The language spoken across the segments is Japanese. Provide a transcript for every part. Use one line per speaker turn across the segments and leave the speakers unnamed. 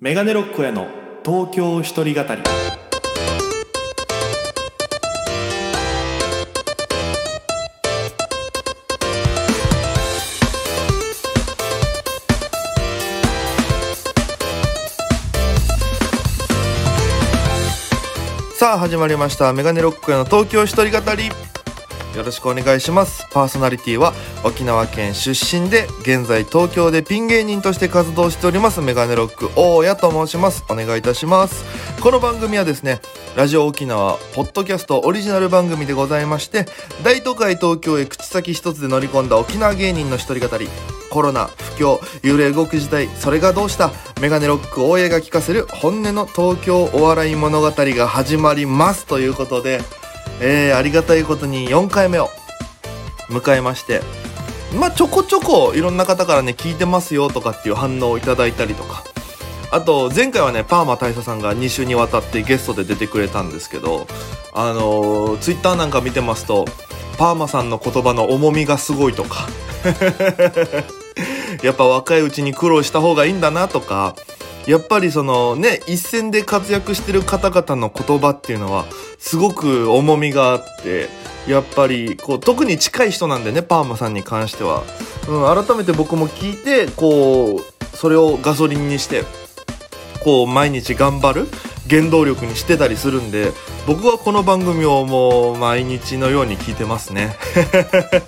メガネロックへの東京一人語り
さあ始まりましたメガネロックへの東京一人語りよろしくお願いしますパーソナリティは沖縄県出身で現在東京でピン芸人として活動しておりますメガネロック大家と申しますお願いいたしますこの番組はですねラジオ沖縄ポッドキャストオリジナル番組でございまして大都会東京へ口先一つで乗り込んだ沖縄芸人の一人語りコロナ不況幽霊動く時代それがどうしたメガネロック大家が聞かせる本音の東京お笑い物語が始まりますということでえーありがたいことに4回目を迎えましてまあちょこちょこいろんな方からね聞いてますよとかっていう反応をいただいたりとかあと前回はねパーマ大佐さんが2週にわたってゲストで出てくれたんですけどあのー、ツイッターなんか見てますとパーマさんの言葉の重みがすごいとか やっぱ若いうちに苦労した方がいいんだなとかやっぱりそのね一線で活躍してる方々の言葉っていうのはすごく重みがあってやっぱりこう特に近い人なんでねパーマさんに関しては、うん、改めて僕も聞いてこうそれをガソリンにしてこう毎日頑張る原動力にしてたりするんで僕はこの番組をもう毎日のように聞いてますね。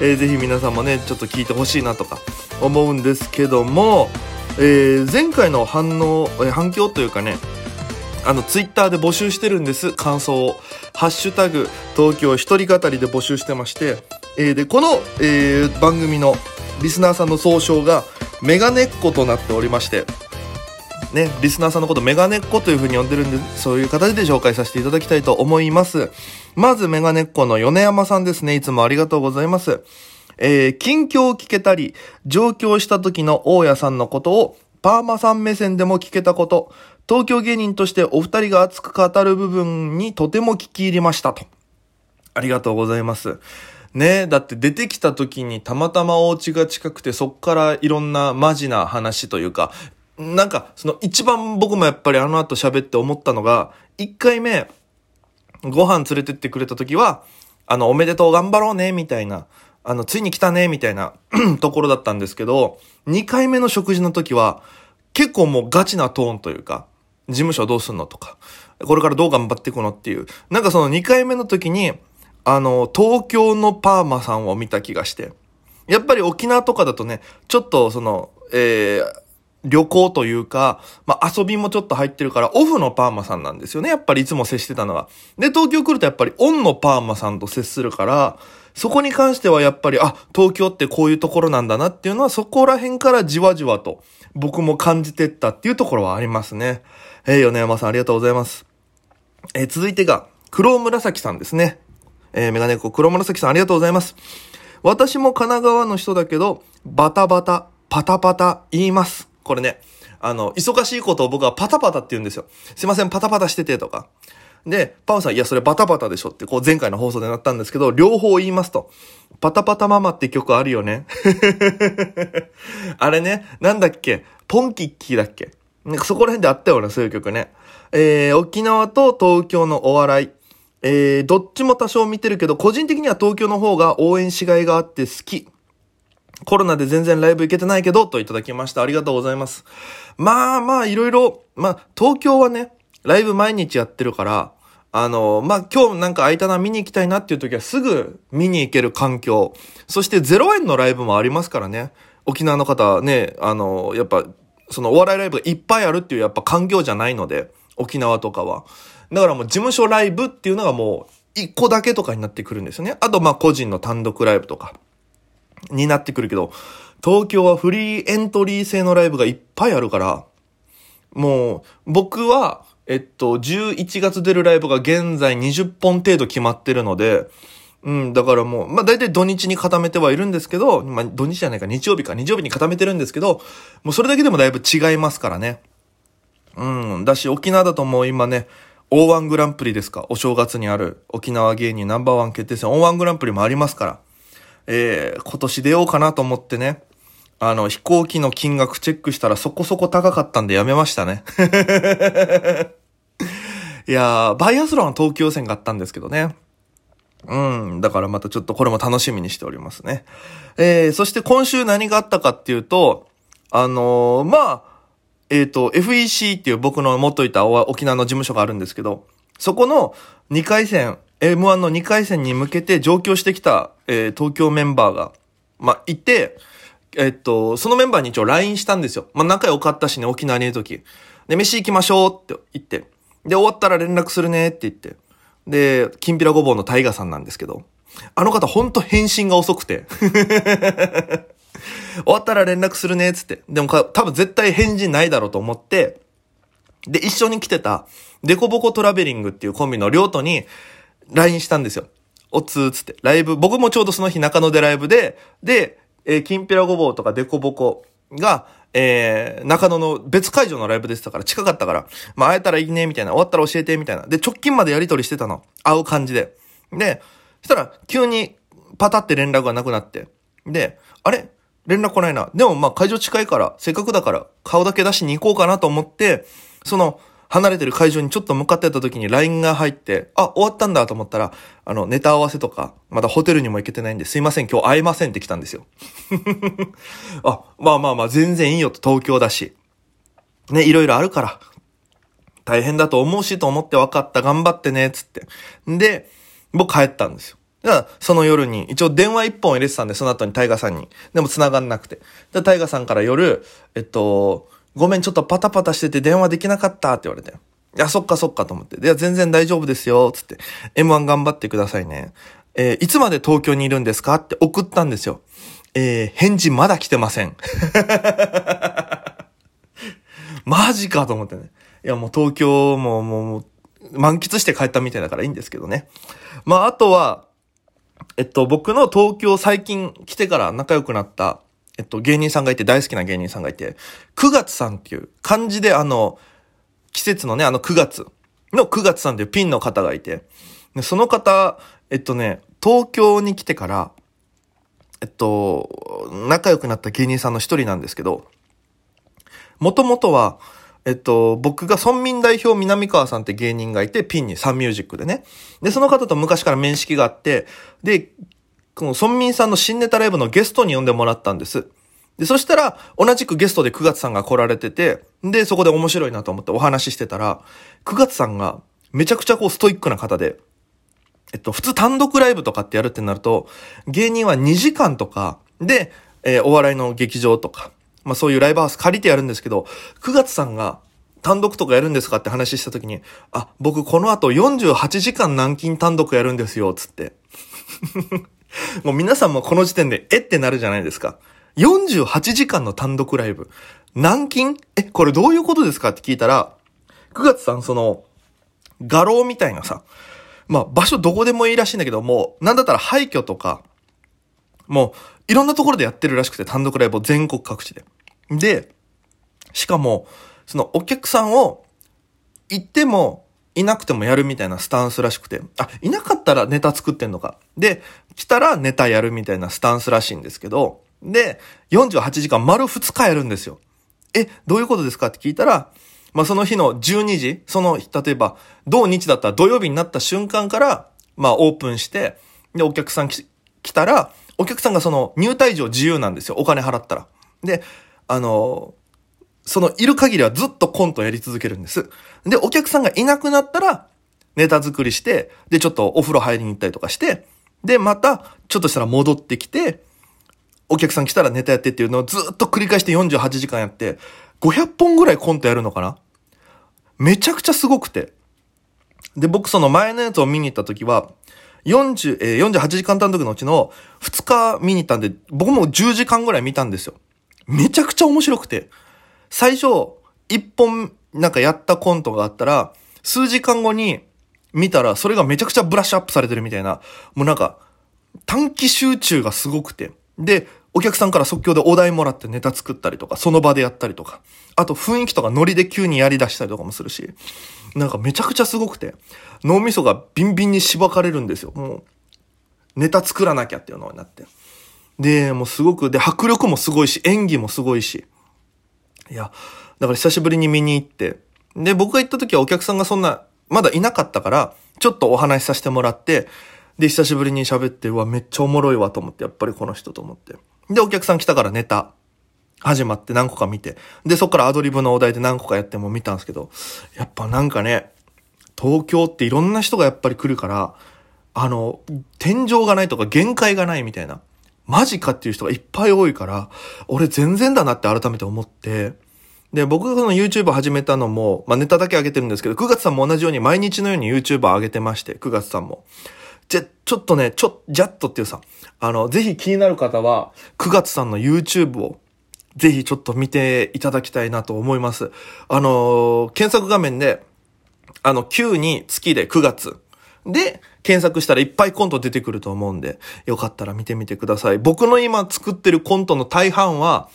えーぜひ皆さんもねちょっと聞いてほしいなとか思うんですけども、えー前回の反応えー反響というかねあのツイッターで募集してるんです感想を「ハッシュタグ東京一人語り」で募集してまして、えーでこの、えー番組のリスナーさんの総称がメガネっ子となっておりましてね、リスナーさんのことメガネっ子というふうに呼んでるんで、そういう形で紹介させていただきたいと思います。まずメガネっ子の米山さんですね。いつもありがとうございます。えー、近況を聞けたり、上京した時の大家さんのことを、パーマさん目線でも聞けたこと、東京芸人としてお二人が熱く語る部分にとても聞き入りましたと。ありがとうございます。ねえ、だって出てきた時にたまたまお家が近くてそっからいろんなマジな話というか、なんかその一番僕もやっぱりあの後喋って思ったのが、一回目、ご飯連れてってくれた時は、あの、おめでとう頑張ろうね、みたいな、あの、ついに来たね、みたいな ところだったんですけど、2回目の食事の時は、結構もうガチなトーンというか、事務所どうすんのとか、これからどう頑張っていくのっていう、なんかその2回目の時に、あの、東京のパーマさんを見た気がして、やっぱり沖縄とかだとね、ちょっとその、えー旅行というか、まあ、遊びもちょっと入ってるから、オフのパーマさんなんですよね。やっぱりいつも接してたのは。で、東京来るとやっぱりオンのパーマさんと接するから、そこに関してはやっぱり、あ、東京ってこういうところなんだなっていうのは、そこら辺からじわじわと僕も感じてったっていうところはありますね。えー、米山さんありがとうございます。えー続いてが、黒紫さんですね。えーメガネっ子黒紫さんありがとうございます。私も神奈川の人だけど、バタバタ、パタパタ言います。これね、あの、忙しいことを僕はパタパタって言うんですよ。すいません、パタパタしててとか。で、パウさん、いや、それバタバタでしょって、こう前回の放送でなったんですけど、両方言いますと。パタパタママって曲あるよね。 あれね、なんだっけ、ポンキッキーだっけ。なんかそこら辺であったような、そういう曲ね。えー、沖縄と東京のお笑い。えー、どっちも多少見てるけど、個人的には東京の方が応援しがいがあって好き。コロナで全然ライブ行けてないけど、といただきました。ありがとうございます。まあまあ、いろいろ、まあ、東京はね、ライブ毎日やってるから、あの、まあ今日なんか空いたな、見に行きたいなっていう時はすぐ見に行ける環境。そして0円のライブもありますからね。沖縄の方ね、あの、やっぱ、そのお笑いライブがいっぱいあるっていうやっぱ環境じゃないので、沖縄とかは。だからもう事務所ライブっていうのがもう一個だけとかになってくるんですよね。あとまあ個人の単独ライブとか。になってくるけど、東京はフリーエントリー制のライブがいっぱいあるから、もう、僕は、えっと、11月出るライブが現在20本程度決まってるので、うん、だからもう、まあ大体土日に固めてはいるんですけど、まあ土日じゃないか、日曜日か、日曜日に固めてるんですけど、もうそれだけでもだいぶ違いますからね。うん。だし、沖縄だともう今ね、O1 グランプリですか。お正月にある沖縄芸人ナンバーワン決定戦 O1 グランプリもありますから。えー今年出ようかなと思ってね。あの、飛行機の金額チェックしたらそこそこ高かったんでやめましたね。 いやー、バイアスロンは東京戦があったんですけどね。うん。だからまたちょっとこれも楽しみにしておりますね。えー、そして今週何があったかっていうと、あのーまあ、えっ、と、FEC っていう僕の持っといたお沖縄の事務所があるんですけど、そこの2回戦、M1 の2回戦に向けて上京してきた、えー東京メンバーが、まあ、いて、えっと、そのメンバーに一応 LINE したんですよ。まあ、仲良かったしね、沖縄にいる時。で、飯行きましょうって言って。で、終わったら連絡するねって言って。で、きんぴらごぼうのタイガさんなんですけど、あの方ほんと返信が遅くて。 終わったら連絡するねっつって。でもか、多分絶対返事ないだろうと思って、で、一緒に来てた、デコボコトラベリングっていうコンビのりょうとに、LINE したんですよ。おつーつって。ライブ、僕もちょうどその日中野でライブで、で、えー、きんぴらごぼうとかデコボコが、えー、中野の別会場のライブでしたから、近かったから、まあ会えたらいいね、みたいな、終わったら教えて、みたいな。で、直近までやりとりしてたの。会う感じで。で、そしたら、急に、パタって連絡がなくなって。で、あれ連絡来ないな。でもまあ会場近いから、せっかくだから顔だけ出しに行こうかなと思って、その離れてる会場にちょっと向かってった時に LINE が入って、あ、終わったんだと思ったら、あのネタ合わせとか、まだホテルにも行けてないんですいません、今日会えませんって来たんですよ。 あ、まあまあまあ全然いいよと東京だし。ね、いろいろあるから。大変だと思うしと思って分かった、頑張ってね、つって。で、僕帰ったんですよ。だから、その夜に、一応電話一本入れてたんで、その後にタイガさんに。でも繋がんなくて。で、タイガさんから夜、えっと、ごめん、ちょっとパタパタしてて電話できなかったって言われて。いや、そっかそっかと思って。いや、全然大丈夫ですよ、つって。M1 頑張ってくださいね。えーいつまで東京にいるんですかって送ったんですよ。えー返事まだ来てません。マジかと思ってね。いや、もう東京も、もう、もう、満喫して帰ったみたいだからいいんですけどね。まあ、あとは、えっと、僕の東京最近来てから仲良くなった、えっと、芸人さんがいて、大好きな芸人さんがいて、9月さんっていう漢字であの、季節のね、あの9月の9月さんっていうピンの方がいて、でその方、えっとね、東京に来てから、えっと、仲良くなった芸人さんの一人なんですけど、もともとは、えっと、僕が村民代表南川さんって芸人がいて、ピンにサンミュージックでね。で、その方と昔から面識があって、で、この村民さんの新ネタライブのゲストに呼んでもらったんです。で、そしたら、同じくゲストで9月さんが来られてて、で、そこで面白いなと思ってお話ししてたら、9月さんがめちゃくちゃこうストイックな方で、えっと、普通単独ライブとかってやるってなると、芸人は2時間とか、で、えーお笑いの劇場とか、まあそういうライブハウス借りてやるんですけど、9月さんが単独とかやるんですかって話した時に、あ、僕この後48時間軟禁単独やるんですよ、つって。 もう皆さんもこの時点で、えってなるじゃないですか。48時間の単独ライブ。軟禁え、これどういうことですかって聞いたら、9月さんその、画廊みたいなさ、まあ場所どこでもいいらしいんだけど、もう、なんだったら廃墟とか、もう、いろんなところでやってるらしくて、単独ライブを全国各地で。で、しかも、そのお客さんを、行っても、いなくてもやるみたいなスタンスらしくて。あ、いなかったらネタ作ってんのか。で、来たらネタやるみたいなスタンスらしいんですけど、で、48時間丸2日やるんですよ。え、どういうことですかって聞いたら、まあ、その日の12時、その、例えば、同日だったら土曜日になった瞬間から、まあ、オープンして、で、お客さんき来たら、お客さんがその、入退場自由なんですよ。お金払ったら。で、あのその、いる限りはずっとコントやり続けるんです。で、お客さんがいなくなったら、ネタ作りして、で、ちょっとお風呂入りに行ったりとかして、で、また、ちょっとしたら戻ってきて、お客さん来たらネタやってっていうのをずっと繰り返して48時間やって、500本ぐらいコントやるのかなめちゃくちゃすごくて。で、僕その前のやつを見に行った時は、40、えー48時間単独のうちの2日見に行ったんで、僕も10時間ぐらい見たんですよ。めちゃくちゃ面白くて。最初、1本なんかやったコントがあったら、数時間後に見たら、それがめちゃくちゃブラッシュアップされてるみたいな、もうなんか、短期集中がすごくて。で、お客さんから即興でお題もらってネタ作ったりとか、その場でやったりとか、あと雰囲気とかノリで急にやり出したりとかもするし、なんかめちゃくちゃすごくて、脳みそがビンビンにしばかれるんですよ。もう、ネタ作らなきゃっていうのになって。で、もうすごく、で、迫力もすごいし、演技もすごいし。いや、だから久しぶりに見に行って。で、僕が行った時はお客さんがそんな、まだいなかったから、ちょっとお話しさせてもらって、で、久しぶりに喋って、うわ、めっちゃおもろいわと思って、やっぱりこの人と思って。で、お客さん来たからネタ、始まって何個か見て。で、そっからアドリブのお題で何個かやっても見たんですけど、やっぱなんかね、東京っていろんな人がやっぱり来るから、あの、天井がないとか限界がないみたいな、マジかっていう人がいっぱい多いから、俺全然だなって改めて思って、で、僕がその YouTube を始めたのも、まあネタだけ上げてるんですけど、9月さんも同じように毎日のように YouTube を上げてまして、9月さんも。じゃ、ちょっとね、ちょ、ジャットっていうさ、あの、ぜひ気になる方は、9月さんの YouTube を、ぜひちょっと見ていただきたいなと思います。あのー検索画面で、あの、9に月で9月。で、検索したらいっぱいコント出てくると思うんで、よかったら見てみてください。僕の今作ってるコントの大半は、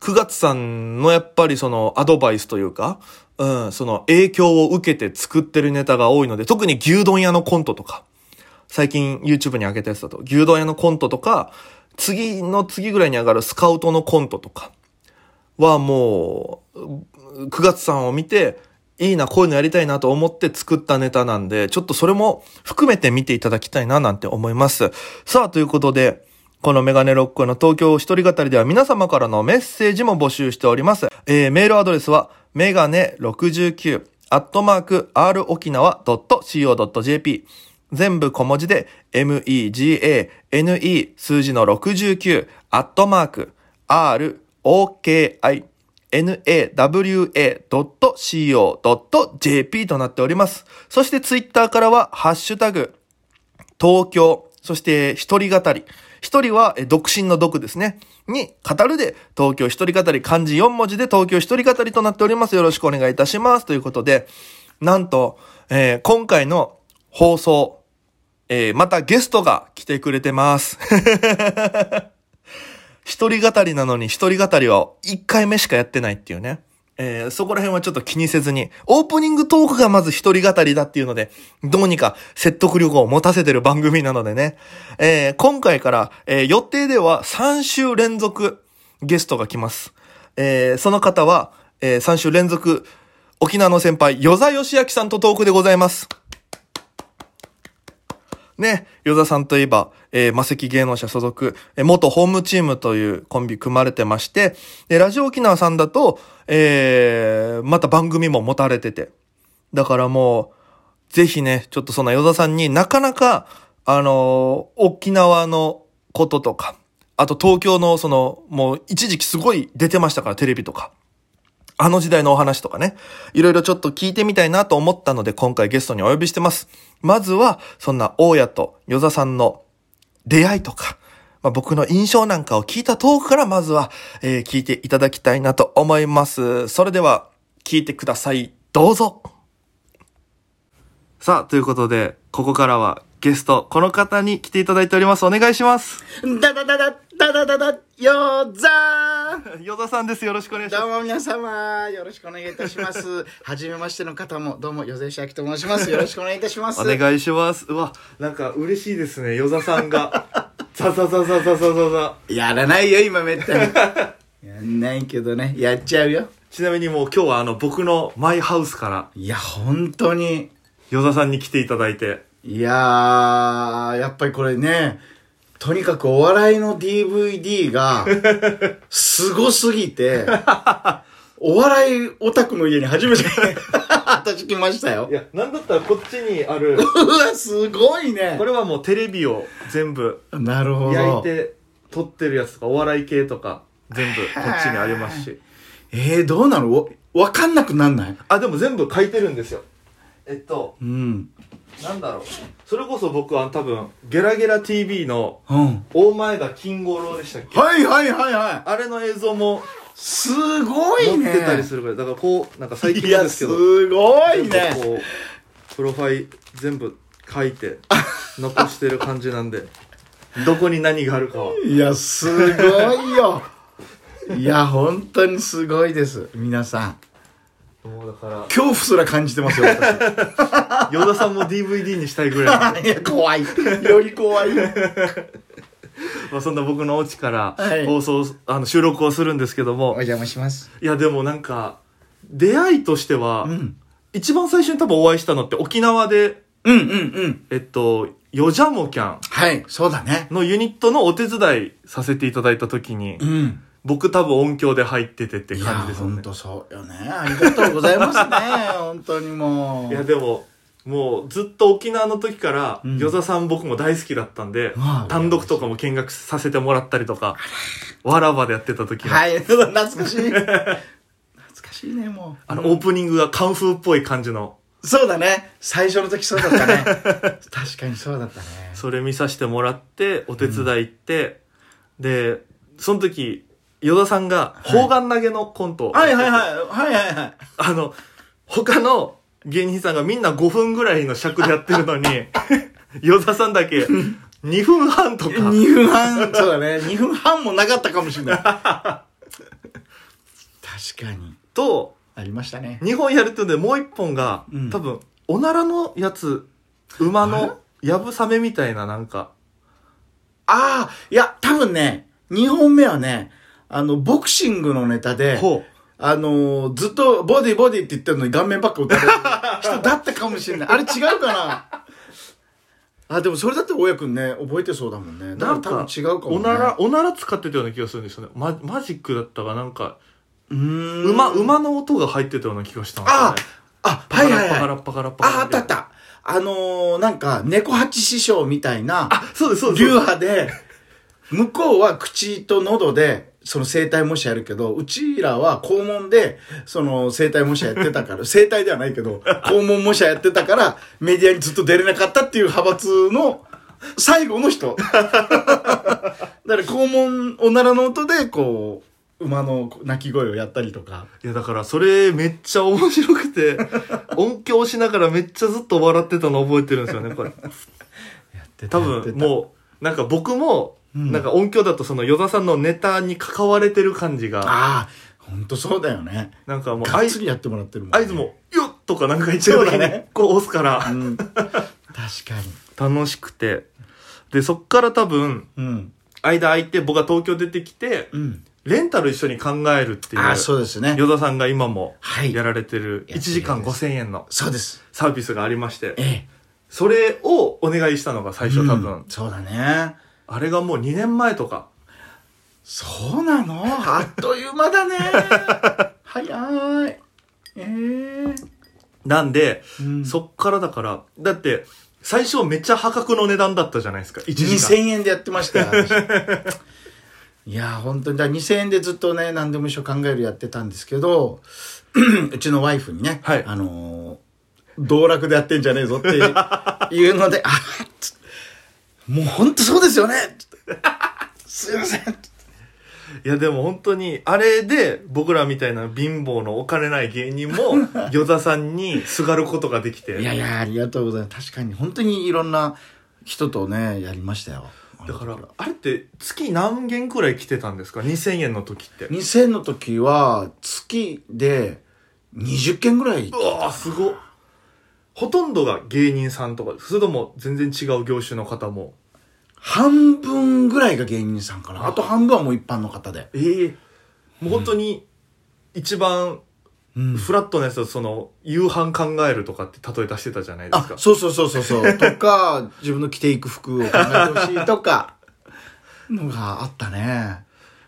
9月さんのやっぱりそのアドバイスというか、うん、その影響を受けて作ってるネタが多いので、特に牛丼屋のコントとか、最近 YouTube に上げたやつだと、牛丼屋のコントとか、次の次ぐらいに上がるスカウトのコントとか、はもう、9月さんを見て、いいな、こういうのやりたいなと思って作ったネタなんで、ちょっとそれも含めて見ていただきたいななんて思います。さあ、ということで、このメガネロックの東京一人語りでは皆様からのメッセージも募集しております。えーメールアドレスは、メガネ69、アットマーク、r 沖縄 .co.jp。全部小文字で、megane 数字の69、アットマーク、r okinawa.co.jp となっております。そしてツイッターからは、ハッシュタグ、東京、そして一人語り。一人は、え独身の独ですね。に、語るで、東京一人語り、漢字4文字で東京一人語りとなっております。よろしくお願いいたします。ということで、なんと、えー今回の放送、えーまたゲストが来てくれてます。一人語りなのに一人語りは一回目しかやってないっていうね。えーそこら辺はちょっと気にせずに、オープニングトークがまず一人語りだっていうので、どうにか説得力を持たせてる番組なのでね。えー今回から、えー予定では3週連続ゲストが来ます。えーその方は、え3週連続、沖縄の先輩、与座義明さんとトークでございます。ね、与座さんといえば、えー、魔石芸能者所属、えー元ホームチームというコンビ組まれてまして、で、ラジオ沖縄さんだと、えー、また番組も持たれてて。だからもう、ぜひね、ちょっとそんな与座さんになかなか、あのー沖縄のこととか、あと東京のその、もう一時期すごい出てましたから、テレビとか。あの時代のお話とかね、いろいろちょっと聞いてみたいなと思ったので、今回ゲストにお呼びしてます。まずは、そんな大家と与座さんの出会いとか、まあ、僕の印象なんかを聞いたトークから、まずは、えー聞いていただきたいなと思います。それでは、聞いてください。どうぞさあ、ということで、ここからはゲスト、この方に来ていただいております。お願いします。
ダダダダダダダダよーざー
与座さんです。よろしくお願いします
どう。も皆様よろしくお願いいたし ます。はじめましての方もどうもよぜしあきと申します。よろしくお願いいたします。
お願いします。うわ、なんか嬉しいですね、与座さんが。 ザザザザザザザザ。
やらないよ今めったに。やんないけどねやっちゃうよ。
ちなみにもう今日はあの僕のマイハウスから
いや本当に
与座さんに来ていただいて。
いやーやっぱりこれねとにかくお笑いの DVD がすごすぎ てお笑いオタクの家に初 めて私来ましたよ
い。や、なんだったらこっちにある、
うわすごいね
これはもうテレビを全部
なるほど
焼いて撮ってるやつとか、お笑い系とか全部こっちにありますし。
えー、どうなのわわかんなくなんない
あ、でも全部書いてるんですよ。えっと、
うん
なんだろう。それこそ僕は多分、ゲラゲラ TV の
うん
大前田金五郎でしたっけ
はいはいはいはい
あれの映像も
すごいね
持ってたりするぐらいだからこうなんか最近
い
なん
や
ですけ
す
ど
ごい
なんか
ね
こうプロファイ全部書いて残してる感じなんでどこに何があるかはい
やすごいよいや本当にすごいです皆さん
もうだから
恐怖すら感じてますよ 私
与田さんも DVD にしたいぐらいなんで
いや怖いより怖い
まあそんな僕のお家から
はい
放送、あの収録をするんですけど
お
も、
邪魔します。
いやでもなんか、出会いとしては、
うん。
一番最初に多分お会いしたのって沖縄で、
うんうんうん。
えっと、よじゃもキャン
はい、そうだね。
のユニットのお手伝いさせていただいた時に、
うん。
僕多分音響で入っててって
いや、
感じですよ
本
ね。
当そうよね。ありがとうござい ますね。本当にもう。
いやでも、もうずっと沖縄の時から、
うん
与座さん僕も大好きだったんで
わあ、
単独とかも見学させてもらったりとか、わらばでやってた時の、
はい、懐かしい。懐かしいね、もう。
あのオープニングがカンフーっぽい感じの、
そうだね。最初の時そうだったね。確かにそうだったね。
それ見させてもらって、お手伝い行って、で、その時、与田さんが、砲丸投げのコントを、
はいはいはい。はいはいはい。
あの、他の芸人さんがみんな5分ぐらいの尺でやってるのに、与田さんだけ2分半とか、
2分半、そうだね。2分半もなかったかもしれない。確かに。
と、
ありましたね。
2本やるってのでもう1本が、
うん
多分、おならのやつ、馬の、やぶさめみたいななんか、
ああ、いや、多分ね、2本目はね、あの、ボクシングのネタで、
ほ
あのーずっとボディボディって言ってるのに顔面ばっか打たれる人だったかもしれない。あれ違うかなあ、でもそれだって大家くんね、覚えてそうだもんね。
う。
だから多分違うかも、ね。
おなら、。おなら使ってたような気がするんですよね。ママジックだったかなんか、
うーん。
馬、馬の音が入ってたような気がしたんですよね。
あ、
パ
はい
カラ
は
ッ
い
パカ
はい。
ラッパカラッパカラ
あ、あったあった。あのー、なんか、猫八師匠みたいな、
あ、そうです、そうです。
流派で、向こうは口と喉で、その生体模写やるけど、うちらは肛門で、その生体模写やってたから、 生体ではないけど、肛門模写やってたから、メディアにずっと出れなかったっていう派閥の最後の人。だ から肛門、おならの音で、こう、馬の鳴き声をやったりとか。
いやだからそれめっちゃ面白く て音響しながらめっちゃずっと笑ってたの覚えてるんですよねこれ多分もうなんか僕も
うん
なんか音響だとその与田さんのネタに関われてる感じが
ああ、ほんとそうだよね。
なんかもう
が
合
っ
図
つりやってもらってるもん、
合図も「よっ!」とかなんか一応
そう
時
だ
に
ね
こう押すから
うん。確かに。
楽しくてでそっから多分
うん。
間空いて僕が東京出てきて
うん。
レンタル一緒に考えるっていう
ああ、
与
そうですね。
田さんが今も
はい
やられてる1時間5000円の
そうです。
サービスがありまして
ええ。
それをお願いしたのが最初多分、
うんそうだね。
あれがもう2年前とか
そうなのあっという間だ ね。早い。ええ
なんで、
うん
そっからだからだって最初めっちゃ破格の値段だったじゃないですか1時
2000
間
円でやってましたよ。私いやー、本当に、だから2000円でずっとね、何でも一緒考えるやってたんですけど、 うちのワイフにね、
はい
あのー道楽でやってんじゃねえぞっていうので、あーっつもう本当そうですよねつってすいません
いやでも本当にあれで僕らみたいな貧乏のお金ない芸人 も与田さんにすがることができて
いやいや、ありがとうございます。確かに、本当にいろんな人とね、やりましたよ。
だからあれって月何件くらい来てたんですか2000円の時って
2000の時は、月で20件ぐらい。
うわーすごっほとんどが芸人さんとかそれとも全然違う業種の方も
半分ぐらいが芸人さんかな。あと半分はもう一般の方で。
ええもう本当に一番
うん
フラットなやつだとその夕飯考えるとかって例え出してたじゃないです
あ
か、
そうそうそうそうそ う。とか、自分の着ていく服を考えてほしいとか、のがあったね。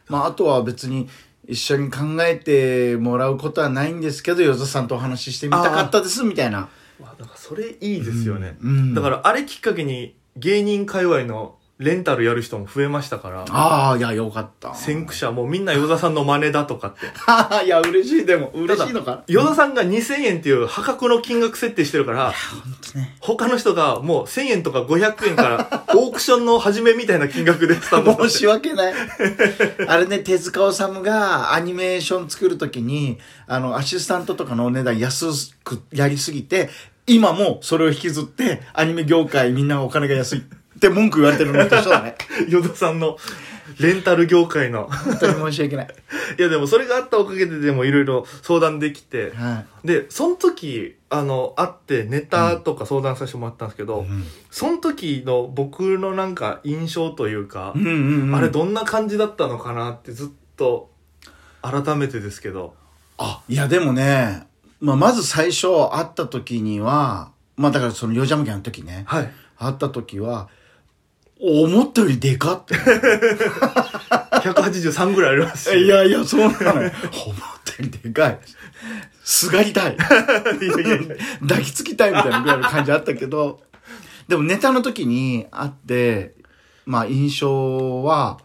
まあ、あとは別に一緒に考えてもらうことはないんですけど、よざさんとお話ししてみたかったです、みたいな。
わだからそれいいですよね、
うんうん
だからあれきっかけに芸人界隈のレンタルやる人も増えましたから
ああ、いや、よかった。
先駆者もうみんな与田さんの真似だとかって
は あいや、嬉しい、でも。嬉しいのか
与田さんが2000円っていう破格の金額設定してるから
本当ね。
他の人がもう1000円とか500円から オークションの始めみたいな金額でスタート
申し訳ない。あれね、手塚治虫がアニメーション作るときに、あの、アシスタントとかのお値段安くやりすぎて、今もそれを引きずって、アニメ業界みんなお金が安いって文句言われてるのと一緒だ ね。
与田さんのレンタル業界の
本当に申し訳ない。
いやでもそれがあったおかげででもいろいろ相談できて、
はい。
で、その時、あの、会ってネタとか相談させてもらったんですけど、その時の僕のなんか印象というか、
うんうんうん
あれどんな感じだったのかなってずっと改めてですけど。
あ、いやでもね、まあ、まず最初会った時には、まあだからそのヨジャムギャンの時ね、
はい。
会った時は、思ったよりでかって。
183ぐらいあ りますし
いやいや、そうな のよ。思ったよりでかい。すがりたい。
いやいやいや
抱きつきたいみたいなぐらいの感じあったけど、でもネタの時に会って、まあ印象は、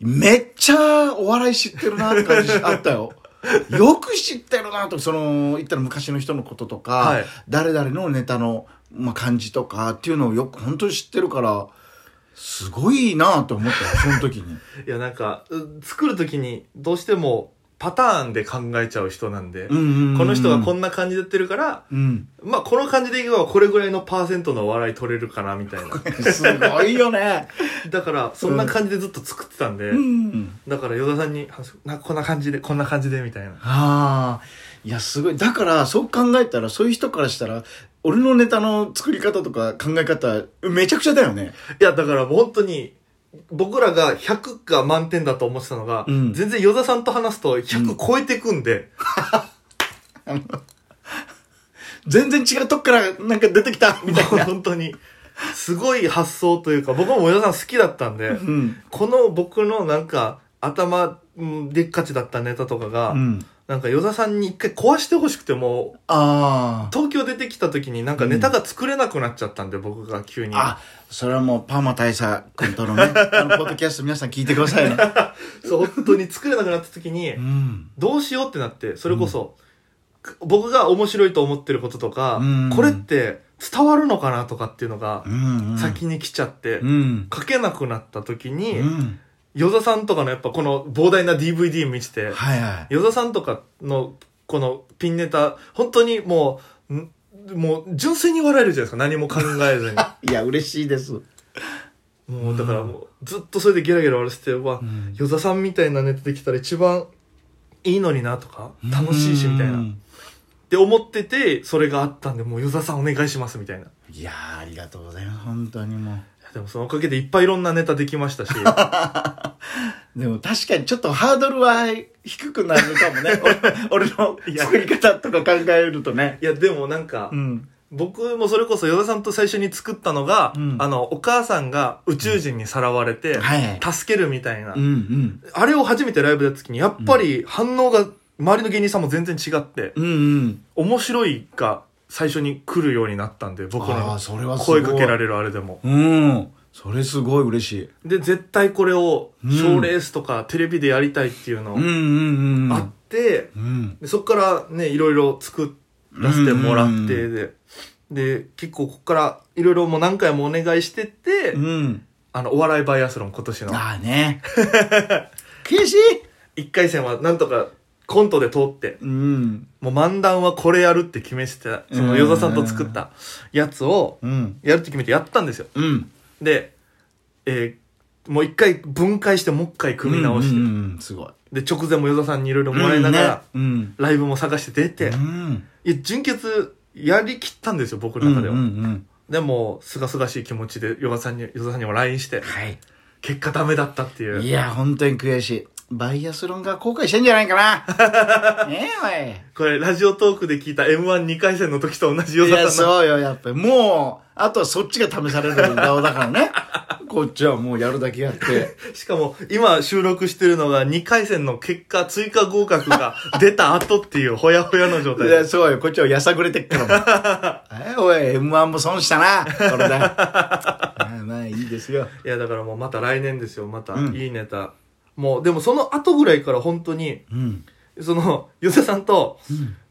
めっちゃお笑い知ってるなって感じあった よ。よく知ってるなと、その、言ったら昔の人のこととか、
はい
誰々のネタの、まあ、感じとかっていうのをよく本当に知ってるから、すごいなと思ったよ、その時 に。
いやなんか、う作る時にどうしてもパターンで考えちゃう人なんで、
うんうんうん
この人がこんな感じでやってるから、
うん。
まあこの感じでいけばこれぐらいのパーセントの笑い取れるかなみたいな。
すごいよね。
だからそんな感じでずっと作ってたんで、
うん。
だから与田さんに、あそうなんかこんな感じで、こんな感じでみたいな。
ああ、いや、すごい。だから、そう考えたら、そういう人からしたら、俺のネタの作り方とか考え方、めちゃくちゃだよね。
いや、だからもう本当に、僕らが100が満点だと思ってたのが、
うん
全然与田さんと話すと100超えてくんで、
全然違うとこからなんか出てきた、みたい
もう
な。
本当に、すごい発想というか、僕も与田さん好きだったんで、
うん。
この僕のなんか、頭うんでっかちだったネタとかが、
うん。
なんか与田さんに一回壊してほしくても、
ああ。
東京出てきた時になんかネタが作れなくなっちゃったんで、僕が急に。
あ、それはもう、パーマ大佐君とのね、あの、ポッドキャスト皆さん聞いてくださいね。
そう、本当に作れなくなった時に、
うん。
どうしようってなって、それこそ、く僕が面白いと思ってることとか、
うん
これって伝わるのかなとかっていうのが
う、ん、うん。
先に来ちゃって、
うん。
書けなくなった時
う
に、
ん。
与田さんとかのやっぱこの膨大な DVD 見てて、
はいはい。
与田さんとかのこのピンネタ、本当にもう、んもう純粋に笑えるじゃないですか、何も考えずに。
いや、嬉しいです。
もうだからもう、ずっとそれでゲラゲラ笑ってて、うわ、
ん
与田さんみたいなネタできたら一番いいのになとか、楽しいしみたいな。
う
っ
ん
て思ってて、それがあったんで、もう与田さんお願いしますみたいな。い
いやー、ありがとうございます。本当にもう。
やでもそのおかげでいっぱいいろんなネタできま したし、
でも確かにちょっとハードルは低くなるかもね。 俺俺の作り方とか考えるとね。
いやでもなんか
う、ん。
僕もそれこそ与田さんと最初に作ったのが、
うん
あの、お母さんが宇宙人にさらわれて、
はい。
助けるみたいな、
うんうん。
あれを初めてライブでやった時に、やっぱり反応が、周りの芸人さんも全然違って、
うんうん。
面白いが最初に来るようになったんで、僕
あ
の
あ、それはすごい。
声かけられるあれでも。
うん。それすごい嬉しい。
で、絶対これを、
うん
賞ーレースとかテレビでやりたいっていうの
うんうんうん。
あって、
うん。
でそっからね、いろいろ作らせてもらって、
う
で、で、結構こっからいろいろもう何回もお願いしてって、
うん。
あの、お笑いバイアスロン今年の。
あ あね。悔しい
1回戦はなんとかコントで通って、
うん。
もう漫談はこれやるって決めてた、その与田さんと作ったやつを、
うん。
やるって決めてやったんですよ。
うん。
で、えーもう一回分解してもう一回組み直して、
うんうんうん。すごい。
で、直前も与田さんにいろいろもらいながら、
うん。
ライブも探して出て、
ねう
いや、
ん。
純潔やりきったんですよ、僕の
うん
中では。
うんうん。
でも、すがすがしい気持ちで、与田さんに、与田さんにも LINE して、
はい。
結果ダメだったっていう。
いや、本当に悔しい。バイアスロンが後悔してんじゃないかな。 ねえ、おい。
これ、ラジオトークで聞いた M12 回戦の時と同じ与
いや、
田さんの。
そうよ、やっぱり。もう、あとはそっちが試される側だから ね。こっちはもうやるだけやって。
しかも、今収録してるのが2回戦の結果、追加合格が出た後っていう、ほやほやの状態
い
で
や、そうよ、こっちはやさぐれてっから もう。えおい、M1 も損したな、これだ。まあまあ、いいですよ。
いやだからもうまた来年ですよまた
うん
いいネタ、もうでもその後ぐらいから本当に
うん。
その 吉田さんと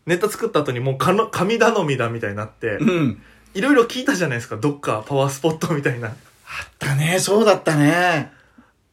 ネタ作った後にもうかの神頼みだみたいになって
うん。
いろいろ聞いたじゃないですかどっかパワースポットみたいな
だね、そうだったね。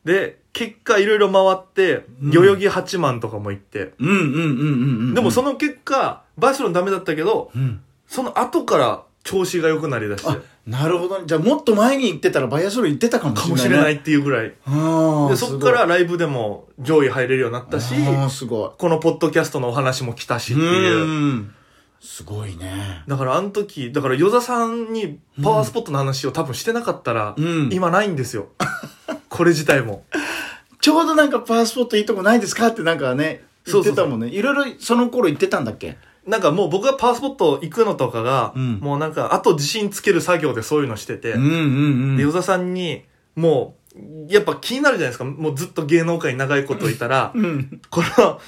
で結果いろいろ回って
うん
代々木八幡とかも行って、
うんうんうんうんうん。
でもその結果バイアスロンダメだったけど
うん。
その後から調子が良くなりだして
あ、なるほどね。じゃあもっと前に行ってたらバイアスロン行ってたかも
か
しれ
も
ない、
しれない
ね。
っていうぐらい
かも
でそっからライブでも上位入れるようになったし
あーすごい。
このポッドキャストのお話も来たしって
う。
いうん
すごいね。
だからあの時、だから与座さんにパワースポットの話を多分してなかったら、
うん
今ないん ですよ。これ自体も。
ちょうどなんかパワースポットいいとこないですかってなんかね、言ってたもんね。いろいろその頃言ってたんだっけ
なんかもう僕がパワースポット行くのとかが、
うん
もうなんか、あと自信つける作業でそういうのしてて、
うんうん
で、
う
与
ん。
座さんに、もう、やっぱ気になるじゃないですか。もうずっと芸能界に長いこといたら、
うん。
この、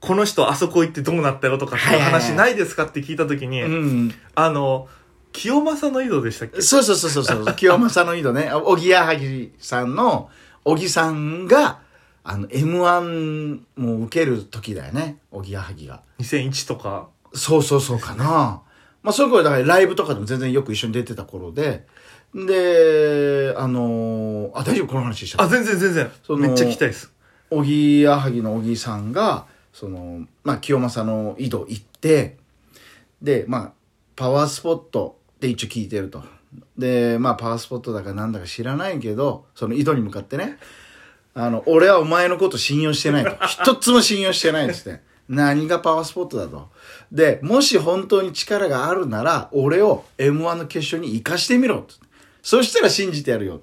この人あそこ行ってどうなったよとかっていう
はいはいは
話
い
ないですかって聞いた時に、
うん。
あの、清正の井戸でしたっけ
そうそうそうそう そう。清正の井戸ね。あ小木矢作さんの、小木さんが、あの、M1 も受ける時だよね。小木矢作が。
?2001 とか。
そうそうそうかな。まあ、そういう頃だからライブとかでも全然よく一緒に出てた頃で、で、あのーあ、大丈夫この話しちゃ
あ、
った。
全然全然。
その
めっちゃ聞きたいです。
おぎやはぎのおぎさんが、その、まあ、清正の井戸行って、で、まあ、パワースポットって一応聞いてると。で、まあ、パワースポットだかなんだか知らないけど、その井戸に向かってね、あの、俺はお前のこと信用して ないと。一つも信用してないですね。何がパワースポットだと。で、もし本当に力があるなら、俺を M1 の決勝に生かしてみろと。そしたら信じてやるよ。っ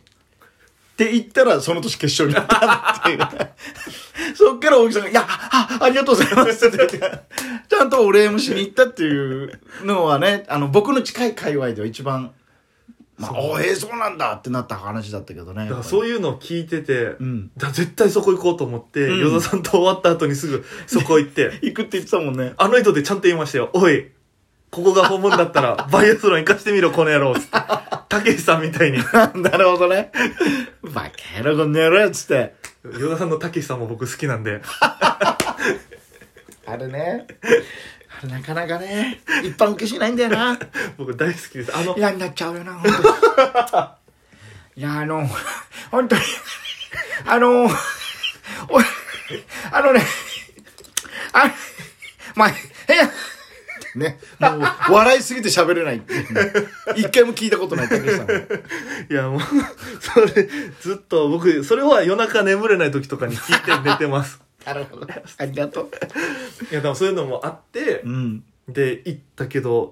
て言ったら、その年決勝になったって いう。そっから大木さんが、いや、あ、ありがとうございますって言ってちゃんとお礼もしに行ったっていうのはね、あの、僕の近い界隈では一番、まあ、おえーそうなんだってなった話だったけどね。
だからそう
う。
いうのを聞いてて、
うん
だから絶対そこ行こうと思って、
うん
与、田さんと終わった後にすぐ そこ行って、
行くって言ってたもんね。
あの人でちゃんと言いましたよ。おい、ここが本物だった ら、バイアスロン行かしてみろ、この野郎。つって。たけしさんみたいに。
なるほどね。バカ野郎、この野郎っつって。
与田さんのたけしさんも僕好きなん で。
あれね。あれなかなかね、一般受けしないんだよな。
僕大好きです。あの、
嫌になっちゃうよな、本当に。いや、あの、本当に、あの、おあのね、あれ、まあ、えね、もう、笑いすぎて喋れないっていうね。一回も聞いた ことない、武井さん。
いやもう、それ、ずっと僕、それは夜中眠れない時とかに聞いて寝て ます。
なるほど。ありがとう。
いや、でもそういうのもあって
う、ん。
で、行ったけど、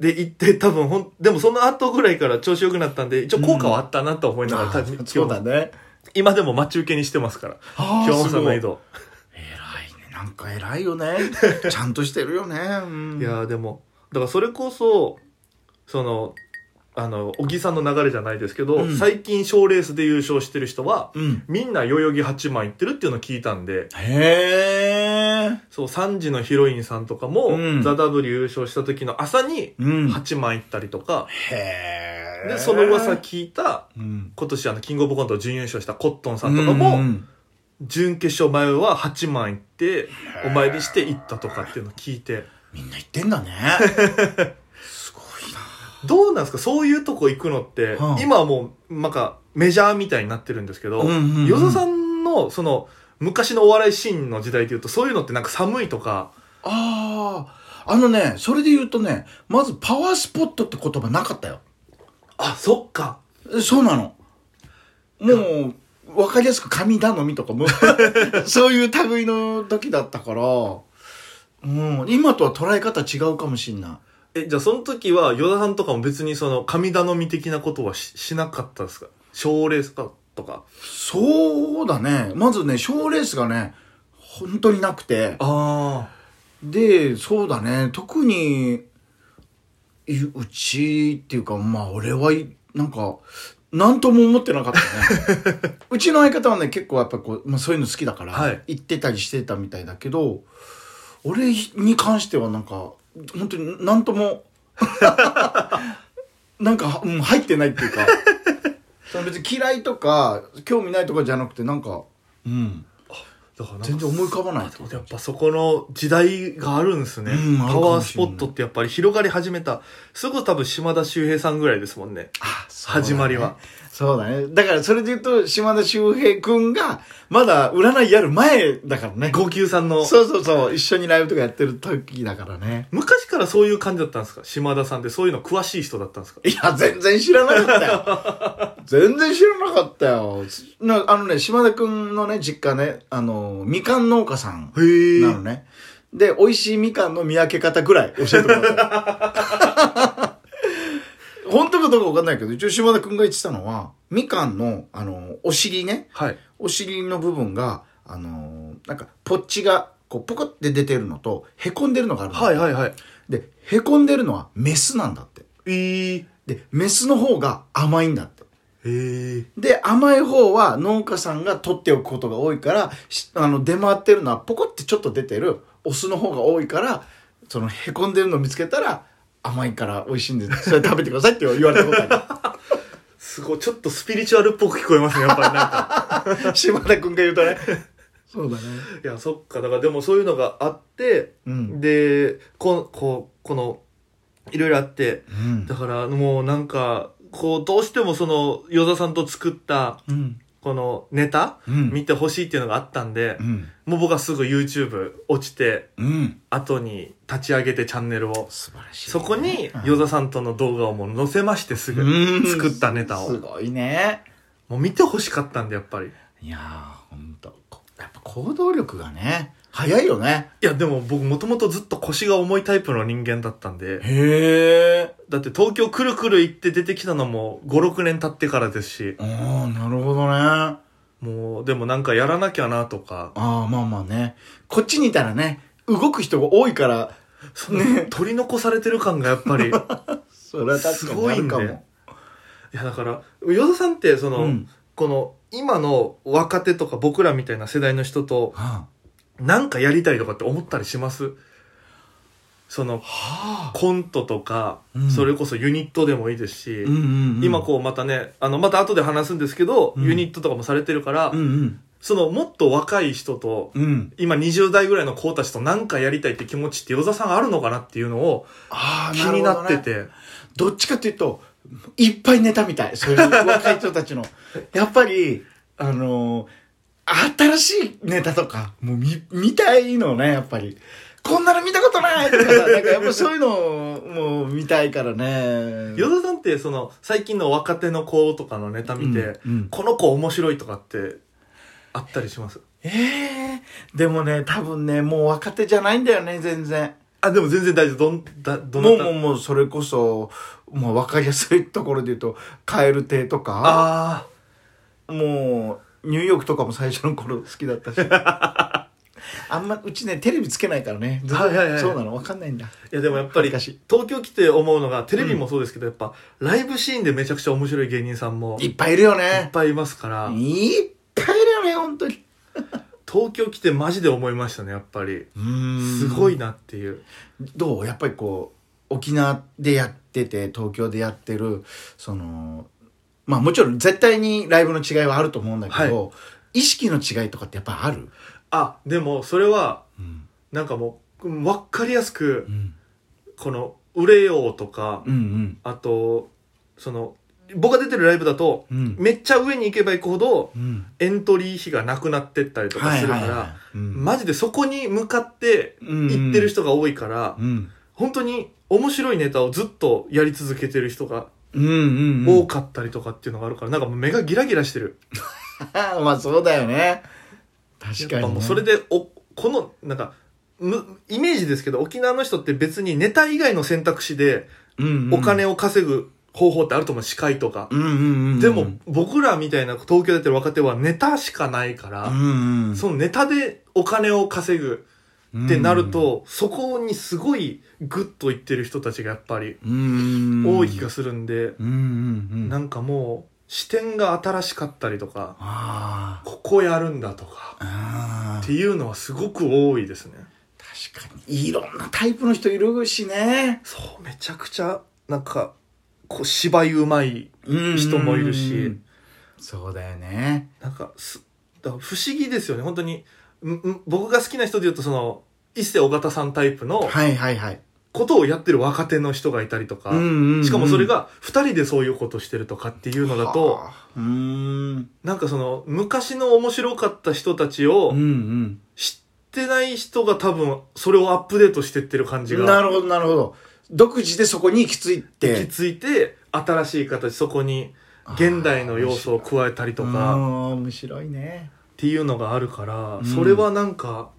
で、行って多分ほん、でもその後ぐらいから調子良くなったんで、一応効果はあったなと思いながら、多分
そうだね。
今でも待ち受けにしてますから。
あー
今日
すご
も
い
ないと。
偉いね。なんか偉いよね。ちゃんとしてるよね。うん
いやーでも、だからそれこそ、その、あの、小木さんの流れじゃないですけど、
うん
最近賞レースで優勝してる人は、
うん。
みんな代々木八幡行ってるっていうのを聞いたんで、
へえ。
そう、3時のヒロインさんとかも、
うん
ザ・ W 優勝した時の朝に、
うん
八幡行ったりとか、
へえ。
で、その噂聞いた、
うん。
今年あの、キングオブコント準優勝したコットンさんとかも、
うんうん
準決勝前は八幡行って、お参りして行ったとかっていうのを聞いて、
みんな言ってんだ ね。すごいな。
どうなんですかそういうとこ行くのって、
うん
今はもう、なんか、メジャーみたいになってるんですけど、
うんうんうん
よそさんの、その、昔のお笑いシーンの時代で言うと、そういうのってなんか寒いとか、
ああ、あのね、それで言うとね、まずパワースポットって言葉なかったよ。
あ、そっか。
えそうなの。もう、わかりやすく神頼みとか も、そういう類の時だったから、うん、今とは捉え方違うかもしんない。
え、じゃあその時は、与田さんとかも別にその、神頼み的なことはししなかったですか奨励かとか。
そうだね。まずね、賞レースがね、本当になくて。
あ
で、そうだね。特に、いうちっていうか、まあ俺はい、なんか、なんとも思ってなかったね。 うちの相方はね、結構やっぱこう、まあそういうの好きだから、
はい
行ってたりしてたみたいだけど、俺に関してはなんか、本当になんと も、なんか、うん、入ってないっていうか、その別に嫌いとか、興味ないとかじゃなくて、なんか、うん、
あ。だからなん
全
か、
然思い浮かばないってこと
やっぱそこの時代があるんですね。
うんある
パ
かもしれない
ワースポットってやっぱり広がり始めた。すぐ多分島田秀平さんぐらいですもんね。始まりは。
そうだね。だからそれで言うと、島田秀平くんが、まだ占いやる前だからね。
号泣さんの。
そうそうそう。一緒にライブとかやってる時だからね。
昔からそういう感じだったんですか島田さんってそういうの詳しい人だったんですか
いや、全然知らなか ったよ。全然知らなかったよ。なあのね、島田くんのね、実家ね、あの、みかん農家さん
へえ
なのね。で、美味しいみかんの見分け方ぐらい教えてもらっ た。本当かどうかわかんないけど、一応島田くんが言ってたのは、みかんの、あの、お尻ね、
はい。
お尻の部分が、あのーなんか、ポッチが、こう、ポコって出てるのと、へこんでるのがあるの。
はいはいはい。
で、へこんでるのはメスなんだって。
えー、
で、メスの方が甘いんだって。
えー、
で、甘い方は農家さんが取っておくことが多いから、しあの、出回ってるのはポコってちょっと出てるオスの方が多いから、その、へこんでるのを見つけたら、甘いから美味しいんで、それ食べてくださいって言われたことあ
すごい、ちょっとスピリチュアルっぽく聞こえますね、やっぱりなん か。
る。島田くんが言うとね。そうだね。
いや、そっか、だからでもそういうのがあって、
うん。
で、ここう、この、いろいろあって、
うん
だ。からもうなんか、こう、どうしてもその、与田さんと作った、
うん。
このネタ、
うん
見てほしいっていうのがあったんで
う、ん。
もう僕はすぐ YouTube 落ちて、
うん。
後に立ち上げてチャンネルを。
素晴らしい。
そこに、
うん
与田さんとの動画をもう載せましてすぐ
うん、
作ったネタを
す。ごいね。
もう見てほしかったんで、やっぱり。
いやー、ほんと。こやっぱ行動力がね、早いよね。
いや、でも僕もともとずっと腰が重いタイプの人間だったんで、
へえ。
だって東京くるくる行って出てきたのも5、6年経ってからですし、
ああ、なるほどね。あ
もう、でもなんかやらなきゃなとか、
あ、まあまあね。こっちにいたらね、動く人が多いから、
その、取り残されてる感がやっ ぱり、い
それは確かにあるか
すごいんで
も。
やだから、与田さんってその、
うん
この、今の若手とか僕らみたいな世代の人と、
は
なんかやりたいとかって思ったりしますその、
あ。
コントとか、
うん
それこそユニットでもいいですし、
うんうん、うん。
今こうまたね、あの、また後で話すんですけど、
うん
ユニットとかもされてるから、
うんうん。
そのもっと若い人と、
うん。
今20代ぐらいの子たちと何かやりたいって気持ちって与田さんあるのかなっていうのを
ああ、
気になって
るほどね。
て、
どっちかというと、いっぱいネタみたい。そういう若い人たち の。やっぱり、あのー新しいネタとか、もう見、見たいのね、やっぱり。こんなの見たことないとかさ、なんかやっぱそういうのを、もう見たいから ね。
与田さんってその最近の若手の子とかのネタ見て、
うんうん
この子面白いとかってあったりします
ええでもね、多分ね、もう若手じゃないんだよね、全然。
あ、でも全然大丈夫。どん、だ、ど
も
な
う
た
もうもう、それこそ、まあ分かりやすいところで言うと、蛙亭とか、
あ
もう、ニューヨークとかも最初の頃好きだった し。あんま、うちね、テレビつけないからね。ずっと
はいはいはい
そうなの、わかんないんだ。
あ。いやでもやっぱり、
恥ず
東京来て思うのが、テレビもそうですけど、やっぱ、ライブシーンでめちゃくちゃ面白い芸人さんも、
いっぱいいるよ
いっ
ね。
ぱいいますから、
いっぱいいるよね、本当に。
東京来てマジで思いましたね、やっぱり。す
す
ごいなっていう。
どうやっぱりこう沖縄でやってて東京でやってるそのまあもちろん絶対にライブの違いはあると思うんだけど、意識の違いとかってやっぱある、
あ、でもそれは、
うん
なんかもう、わかりやすく
う、ん、
この、売れようとか、
うんうん
あと、その、僕が出てるライブだと、
うん
めっちゃ上に行けば行くほど、
うん
エントリー費がなくなってったりとかするから、
いうん
マジでそこに向かって行ってる人が多いから、
うん
本当に面白いネタをずっとやり続けてる人が
うんうんう
多
ん
かったりとかっていうのがあるから、なんかもう目がギラギラしてる。
まあそうだよね確
や
か
っぱ
に、
も
ね、
うそれで、お、この、なんか、むイメージですけど、沖縄の人って別にネタ以外の選択肢で
うんうん
お金を稼ぐ方法ってあると思う、司会とか。
うんうんうんうん
でも、僕らみたいな東京でやってる若手はネタしかないか
う
ら、
んうん
そのネタでお金を稼ぐってなると、そこにすごいグッといってる人たちがやっぱり
うんうんうん
多い気がするんで、
うんうんうん
なんかもう視点が新しかったりとか、
あー
ここやるんだとか、
あー
っていうのはすごく多いですね。
確かにいろんなタイプの人いるしね
そう、めちゃくちゃ、なんか、こう芝居うまい、人もいるし
うんそうだよね
なんかす、だから不思議ですよね、本当に。んん僕が好きな人で言うと、その、伊勢尾形さんタイプの
はいはいはい
ことをやってる若手の人がいたりとか、しかもそれが二人でそういうことしてるとかっていうのだと、
うーん
なんかその昔の面白かった人たちを
うんうん
知ってない人が多分それをアップデートしてってる感じ
な
が
るほどなるほど独自でそこに行き着
気
いて
づいて新しい形そこに現代の要素を加えたりと
うー
かっ
ん面白いね
ていうのがあるから
ん
それはなんか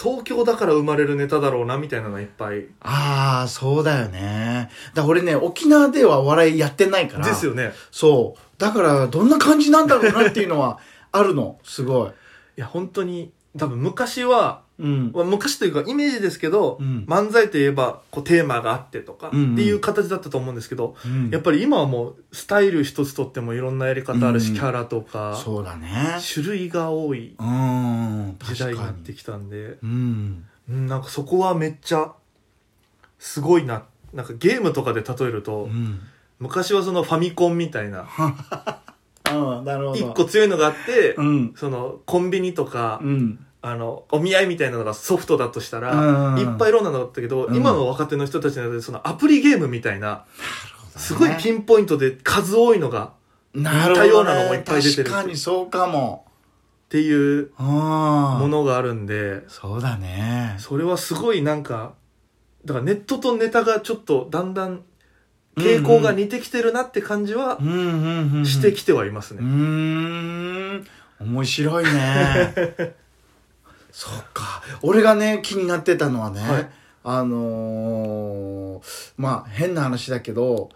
東京だから生まれるネタだろうなみたいなのがいっぱい
ああ、そうだよね。だから俺ね、沖縄ではお笑いやってないから。
ですよね
そう。だから、どんな感じなんだろうなっていうのはあるの。すごい。
いや本当に多分昔は
うん。
まあ昔というかイメージですけど、
うん
漫才といえばこうテーマがあってとかって
うんうん
いう形だったと思うんですけど、
うん
やっぱり今はもうスタイル一つとってもいろんなやり方あるし、
うん
キャラとか
そうだね。
種類が多いう
ーん。
時代
確
にな
か
って
に。
きたんで
うん。
うんなんかそこはめっちゃすごいななんかゲームとかで例えると、
うん。
昔はそのファミコンみたいな
うん、なるほど。
一個強いのがあって、
うん。
そのコンビニとか、
うん。
あのお見合いみたいなのがソフトだとした
うん
ら、いっぱいいろんなのがあったけど、
うん
今の若手の人たちの間でそのアプリゲームみたいな、すごいピンポイントで数多いのが
な
似
るほど、ね。
たようなのもいっぱい出てる
確かにそうかも。
っていう
うん。
ものがあるんで、
そうだね。
それはすごいなんかだからネットとネタがちょっとだんだん傾向が似てきてるなって感じは
うんうんうんうん。
してきてはいます
うー
ね。
ん。面白いね。そっか。俺がね、気になってたのはね、
はい
あのーまあ、変な話だけど、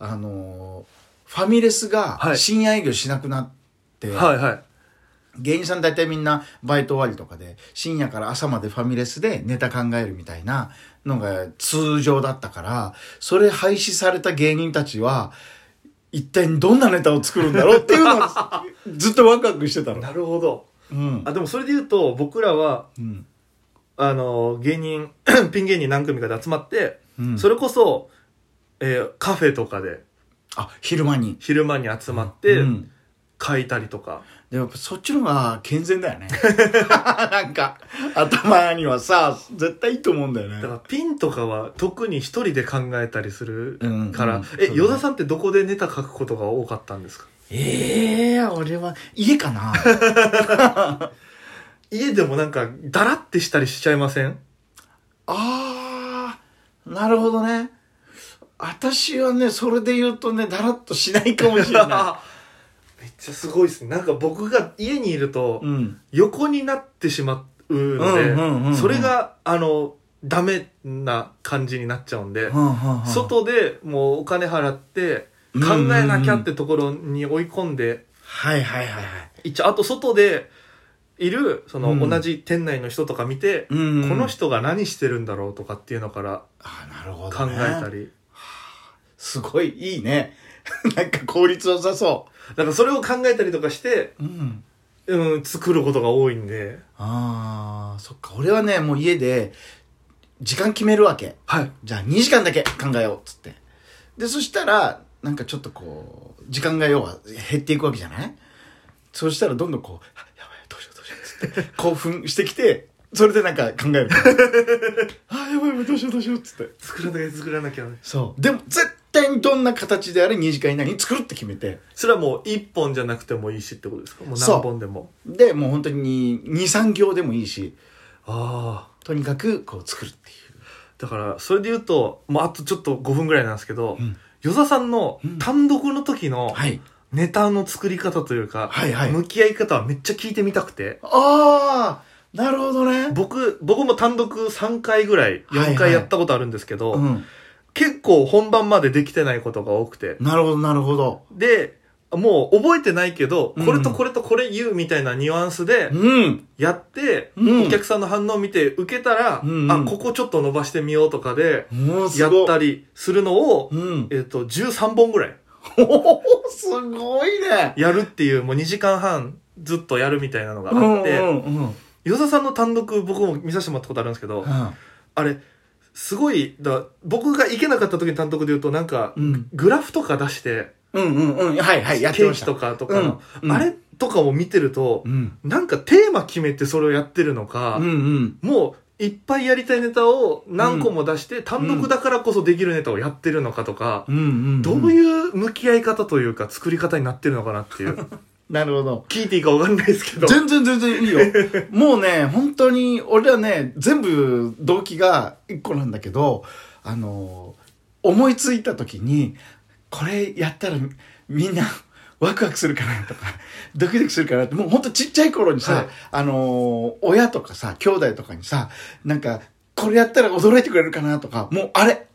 あのーファミレス
は
が
い
深夜営業しなくなって、
はいはい。
芸人さん大体みんなバイト終わりとかで深夜から朝までファミレスでネタ考えるみたいなのが通常だったからそれ廃止された芸人たちは一体どんなネタを作るんだろうっていうのをずっとワクワクしてたの。
なるほど。
うん
あ、でもそれで言うと僕らは
うん
あの芸人 ピン芸人何組かで集まって、
うん、
それこそ、えーカフェとかで
あ昼間に。
昼間に集まって
うん
書いたりとか、
でもやっぱそっちの方が健 全だよね。なんか頭にはさ絶対いいと思うんだよね。
だからピンとかは特に一人で考えたりする
うん
から、
うん
え
そうだね
与田さんってどこでネタ書くことが多かったんですか
ええ俺は家かな
家でもなんかだらってしたりしちゃいません
ああ、なるほどね。私はね、それで言うとね、だらっとしないかもしれな
めっちゃすごいですねなんか僕が家にいる と
い。うん。
横になってしまうので、
うんうんうんうん
それがあのダメな感じになっちゃうんで、
はんはんはん
外でもうお金払って
うん
考
うんうん
えなきゃってところに追い込んで
はいはいはいはい。
一応あと外でいるそ
うん
の同じ店内の人とか見て、
うん
この人が何してるんだろうとかっていうのから
ああ、なるほ
考
ど、ね。
えた。り、
すごい、いいね。 なんか効率良さそ
だからそれを考えたりとかして、
う。うん。
うん、作ることが多いんで
ああ、そっか。俺はね、もう家で、時間決めるわけ。
はい
じゃあ2時間だけ考えようっつってでそしたらなんかちょっとこう時間が要は減っていくわけじゃないそしたらどんどんこうあ「やばいどうしようどうしよう」っつって興奮してきてそれでなんか考え るあやばいやばいどうしようどうしようっつって
作らなきゃ作らなきゃ
そうでも絶対にどんな形であれ2時間以内に作るって決めて
それはもう一本じゃなくてもいいしってことですかもう何本でも
でもう本当に23行でもいいし
ああ
とにかくこう作るっていう
だからそれで言うともうあとちょっと5分ぐらいなんですけど、
うん
与田さんの
うん
単独の時の、
はい
ネタの作り方というか、
はいはい
向き合い方はめっちゃ聞いてみたくて、
ああなるほどね
僕、僕も単独3回ぐらい、
はいはい
4回やったことあるんですけど、
うん
結構本番までできてないことが多くて、
なるほどなるほど
で、もう覚えてないけど、
うん
これとこれとこれ言うみたいなニュアンスで
うん
やって、
うん
お客さんの反応を見て受けたら、
うんうん
あ、ここちょっと伸ばしてみようとかで、
もうす
やっ
ごい
たりするのを、
うん。
えっ、と、13本ぐらい
おお、すごいね。
やるっていう、もう2時間半ずっとやるみたいなのがあ
う
って、
んうんうん。
与田さんの単独僕も見させてもらったことあるんですけど、あれすごいだ僕が行けなかった時に単独で言うとなんか、
うん
グラフとか出して、
うんうんうん。はいはい、やって
ケー
まし
キ
た。
とかとかの、
うんうん
あれとかも見てると
う、ん。
なんかテーマ決めてそれをやってるのか
うん、うん。
もういっぱいやりたいネタを何個も出して、単独だからこそできるネタをやってるのかとか、
うんうん。
どういう向き合い方というか作り方になってるのかなっていう
なるほど。
聞いていいか分かんないですけど
全然全然いい よ。もうね、本当に、俺はね、全部動機が一個なんだけど、あの、思いついた時に、これやったらみんなワクワクするかなとか、ドキドキするかなって、もうほんとちっちゃい頃にさ、
はい
あのー親とかさ、兄弟とかにさ、なんか、これやったら驚いてくれるかなとか、もうあれ。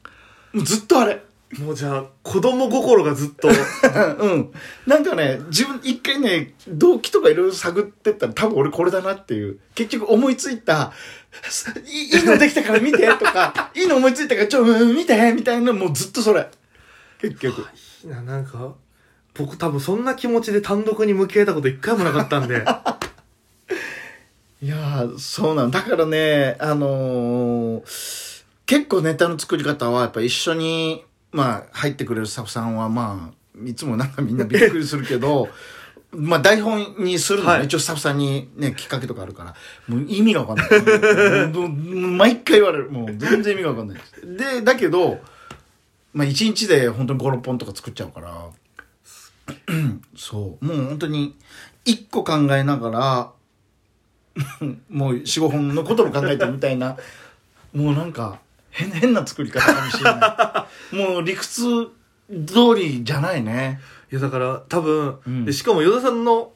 もうずっとあれ。
もうじゃあ、子供心がずっと。
うん。なんかね、自分、一回ね、動機とかいろいろ探ってったら、多分俺これだなっていう。結局思いついた、すいいいいのできたから見てとか、いいの思いついたから、ちょ、うん見てみたいな、もうずっとそれ。結局。
いいな、なんか、僕多分そんな気持ちで単独に向き合えたこと一回もなかったん で。
いやー、そうなんだからね、あのー結構ネタの作り方は、やっぱ一緒に、まあ、入ってくれるスタッフさんは、まあ、いつもなんかみんなびっくりするけど、 まあ、台本にするのは
はい
一応スタッフさんにね、きっかけとかあるから、もう意味がわかんない。もうもう毎回言われる。もう全然意味がわかんないです。で、だけど、まあ、一日で本当に5、6本とか作っちゃうから、 うんそう。もう本当に、一個考えながら、もう4、5本のことも考えてみたいな、もうなんか、変、変な作り方かもしれな い。もう理屈通りじゃないね。
いや、だから多分、
うん
でしかも与田さんの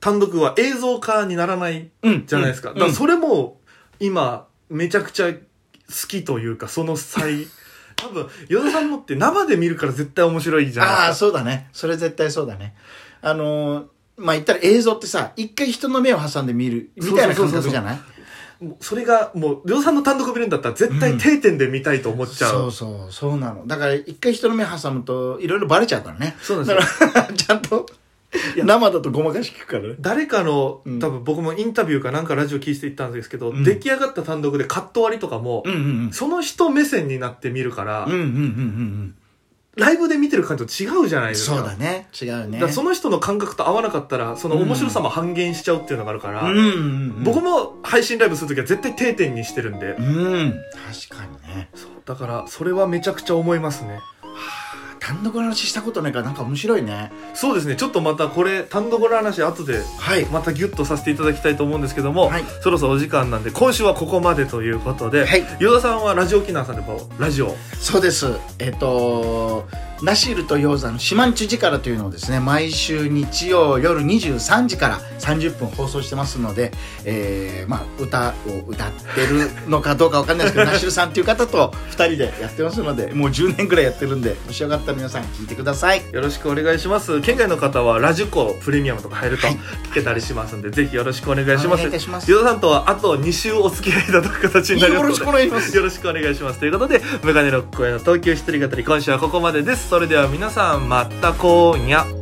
単独は映像化にならない
うん
じゃないですか。
うん
だからそれも、今、めちゃくちゃ好きというか、その 際、多分、与田さんのって生で見るから絶対面白いじゃない
ああ
で
ー、
す
そうだね。それ絶対そうだね。あのーまあ、言ったら映像ってさ、一回人の目を挟んで見る、みたいな
そうそ
感
うそうそう
覚じゃない
か。もうそれが、もう、与田さんの単独見るんだったら絶対定点で見たいと思っちゃう。
そうそう、そうなの。だから一回人の目挟むと、いろいろバレちゃうからね。
そうなんです
だ
よ
から、 ちゃんと、生だとごまかし聞くからね。
誰かの、
うん
多分僕もインタビューかなんかラジオ聞いていったんですけど、
うん
出来上がった単独でカット割りとかも、
うんうん
その人目線になって見るから、
うん。うんうんうんうん
ライブで見てる感じと違うじゃないうで
ん。
すか。
そうだね。違う
だ
ね
か。らその人の感覚と合わなかったら、その面白さも半減しちゃうっていうのがあるから、
うんうんうん。
僕も配信ライブするときは絶対定点にしてるんで、
うん。確かにね。
そうだからそれはめちゃくちゃ思いますね。
単独の話したことないからなんか面白いね。
そうですね、ちょっとまたこれ単独の話後で
はい。
またギュッとさせていただきたいと思うんですけども、
はい
そろそろお時間なんで今週はここまでということで、
はい
与田さんはラジオ沖縄さんでこうラジオ
そうです。えっ、と、ナシルと鷹山の島んちゅ時からというのをですね、毎週日曜夜23時から30分放送してますので、えー、まあ、歌を歌ってるのかどうかわかんないで すけど、ナシルさんという方と2人でやってますので、もう10年ぐらいやってるんで、もしよかったら皆さん聞いてください。
よろしくお願いします県外の方はラジコプレミアムとか入ると聞けたりしますんで、ぜひよろしくお願いし
お
ま
願いいた
す
します。
与田さんとはあと2週お付き合いいただく形になりますので
よろしくお願いします
よろしくお願いしますということでメガネロックへの東急一人語り今週はここまでですそれでは皆さんまた今夜